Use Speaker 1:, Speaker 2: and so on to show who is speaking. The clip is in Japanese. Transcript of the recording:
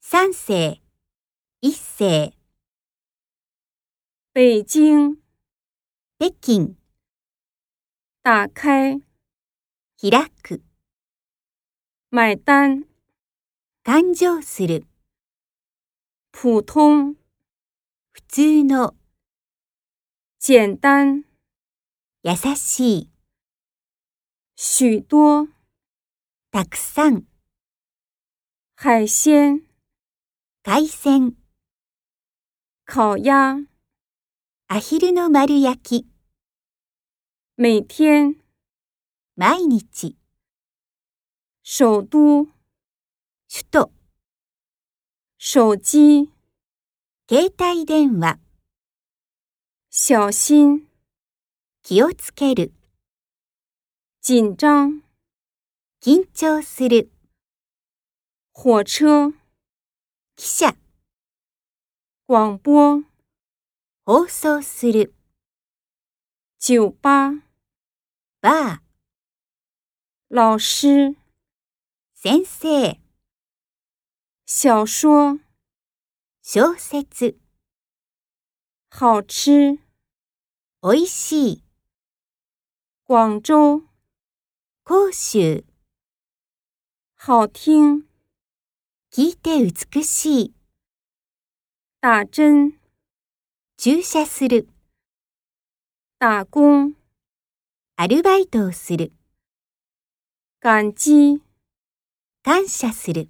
Speaker 1: 三世、一世、
Speaker 2: 北京，
Speaker 1: 北京、
Speaker 2: 打开，
Speaker 1: 開く、
Speaker 2: 买单，
Speaker 1: 誕生する、
Speaker 2: 普通，
Speaker 1: 普通の、
Speaker 2: 简单，
Speaker 1: 優しい、
Speaker 2: 许多，
Speaker 1: たくさん、
Speaker 2: 海鲜，
Speaker 1: 海鮮、
Speaker 2: 烤鸭，
Speaker 1: アヒルの丸焼き、
Speaker 2: 每天，
Speaker 1: 毎日、
Speaker 2: 首都，
Speaker 1: 首都、
Speaker 2: 手机，
Speaker 1: 携帯電話、
Speaker 2: 小心，
Speaker 1: 気をつける、
Speaker 2: 紧张，
Speaker 1: 緊張する、
Speaker 2: 火车，
Speaker 1: 記者、
Speaker 2: 广播，
Speaker 1: 放送する、
Speaker 2: 酒吧，
Speaker 1: バー、
Speaker 2: 老师，
Speaker 1: 先生、
Speaker 2: 小说，
Speaker 1: 小説、
Speaker 2: 好吃，
Speaker 1: おいしい、
Speaker 2: 广州，
Speaker 1: 講習、
Speaker 2: 好听，
Speaker 1: 聞いて美しい、
Speaker 2: 打针，
Speaker 1: 駐車する、
Speaker 2: 打工，
Speaker 1: アルバイトをする、
Speaker 2: 感激。
Speaker 1: 感謝する。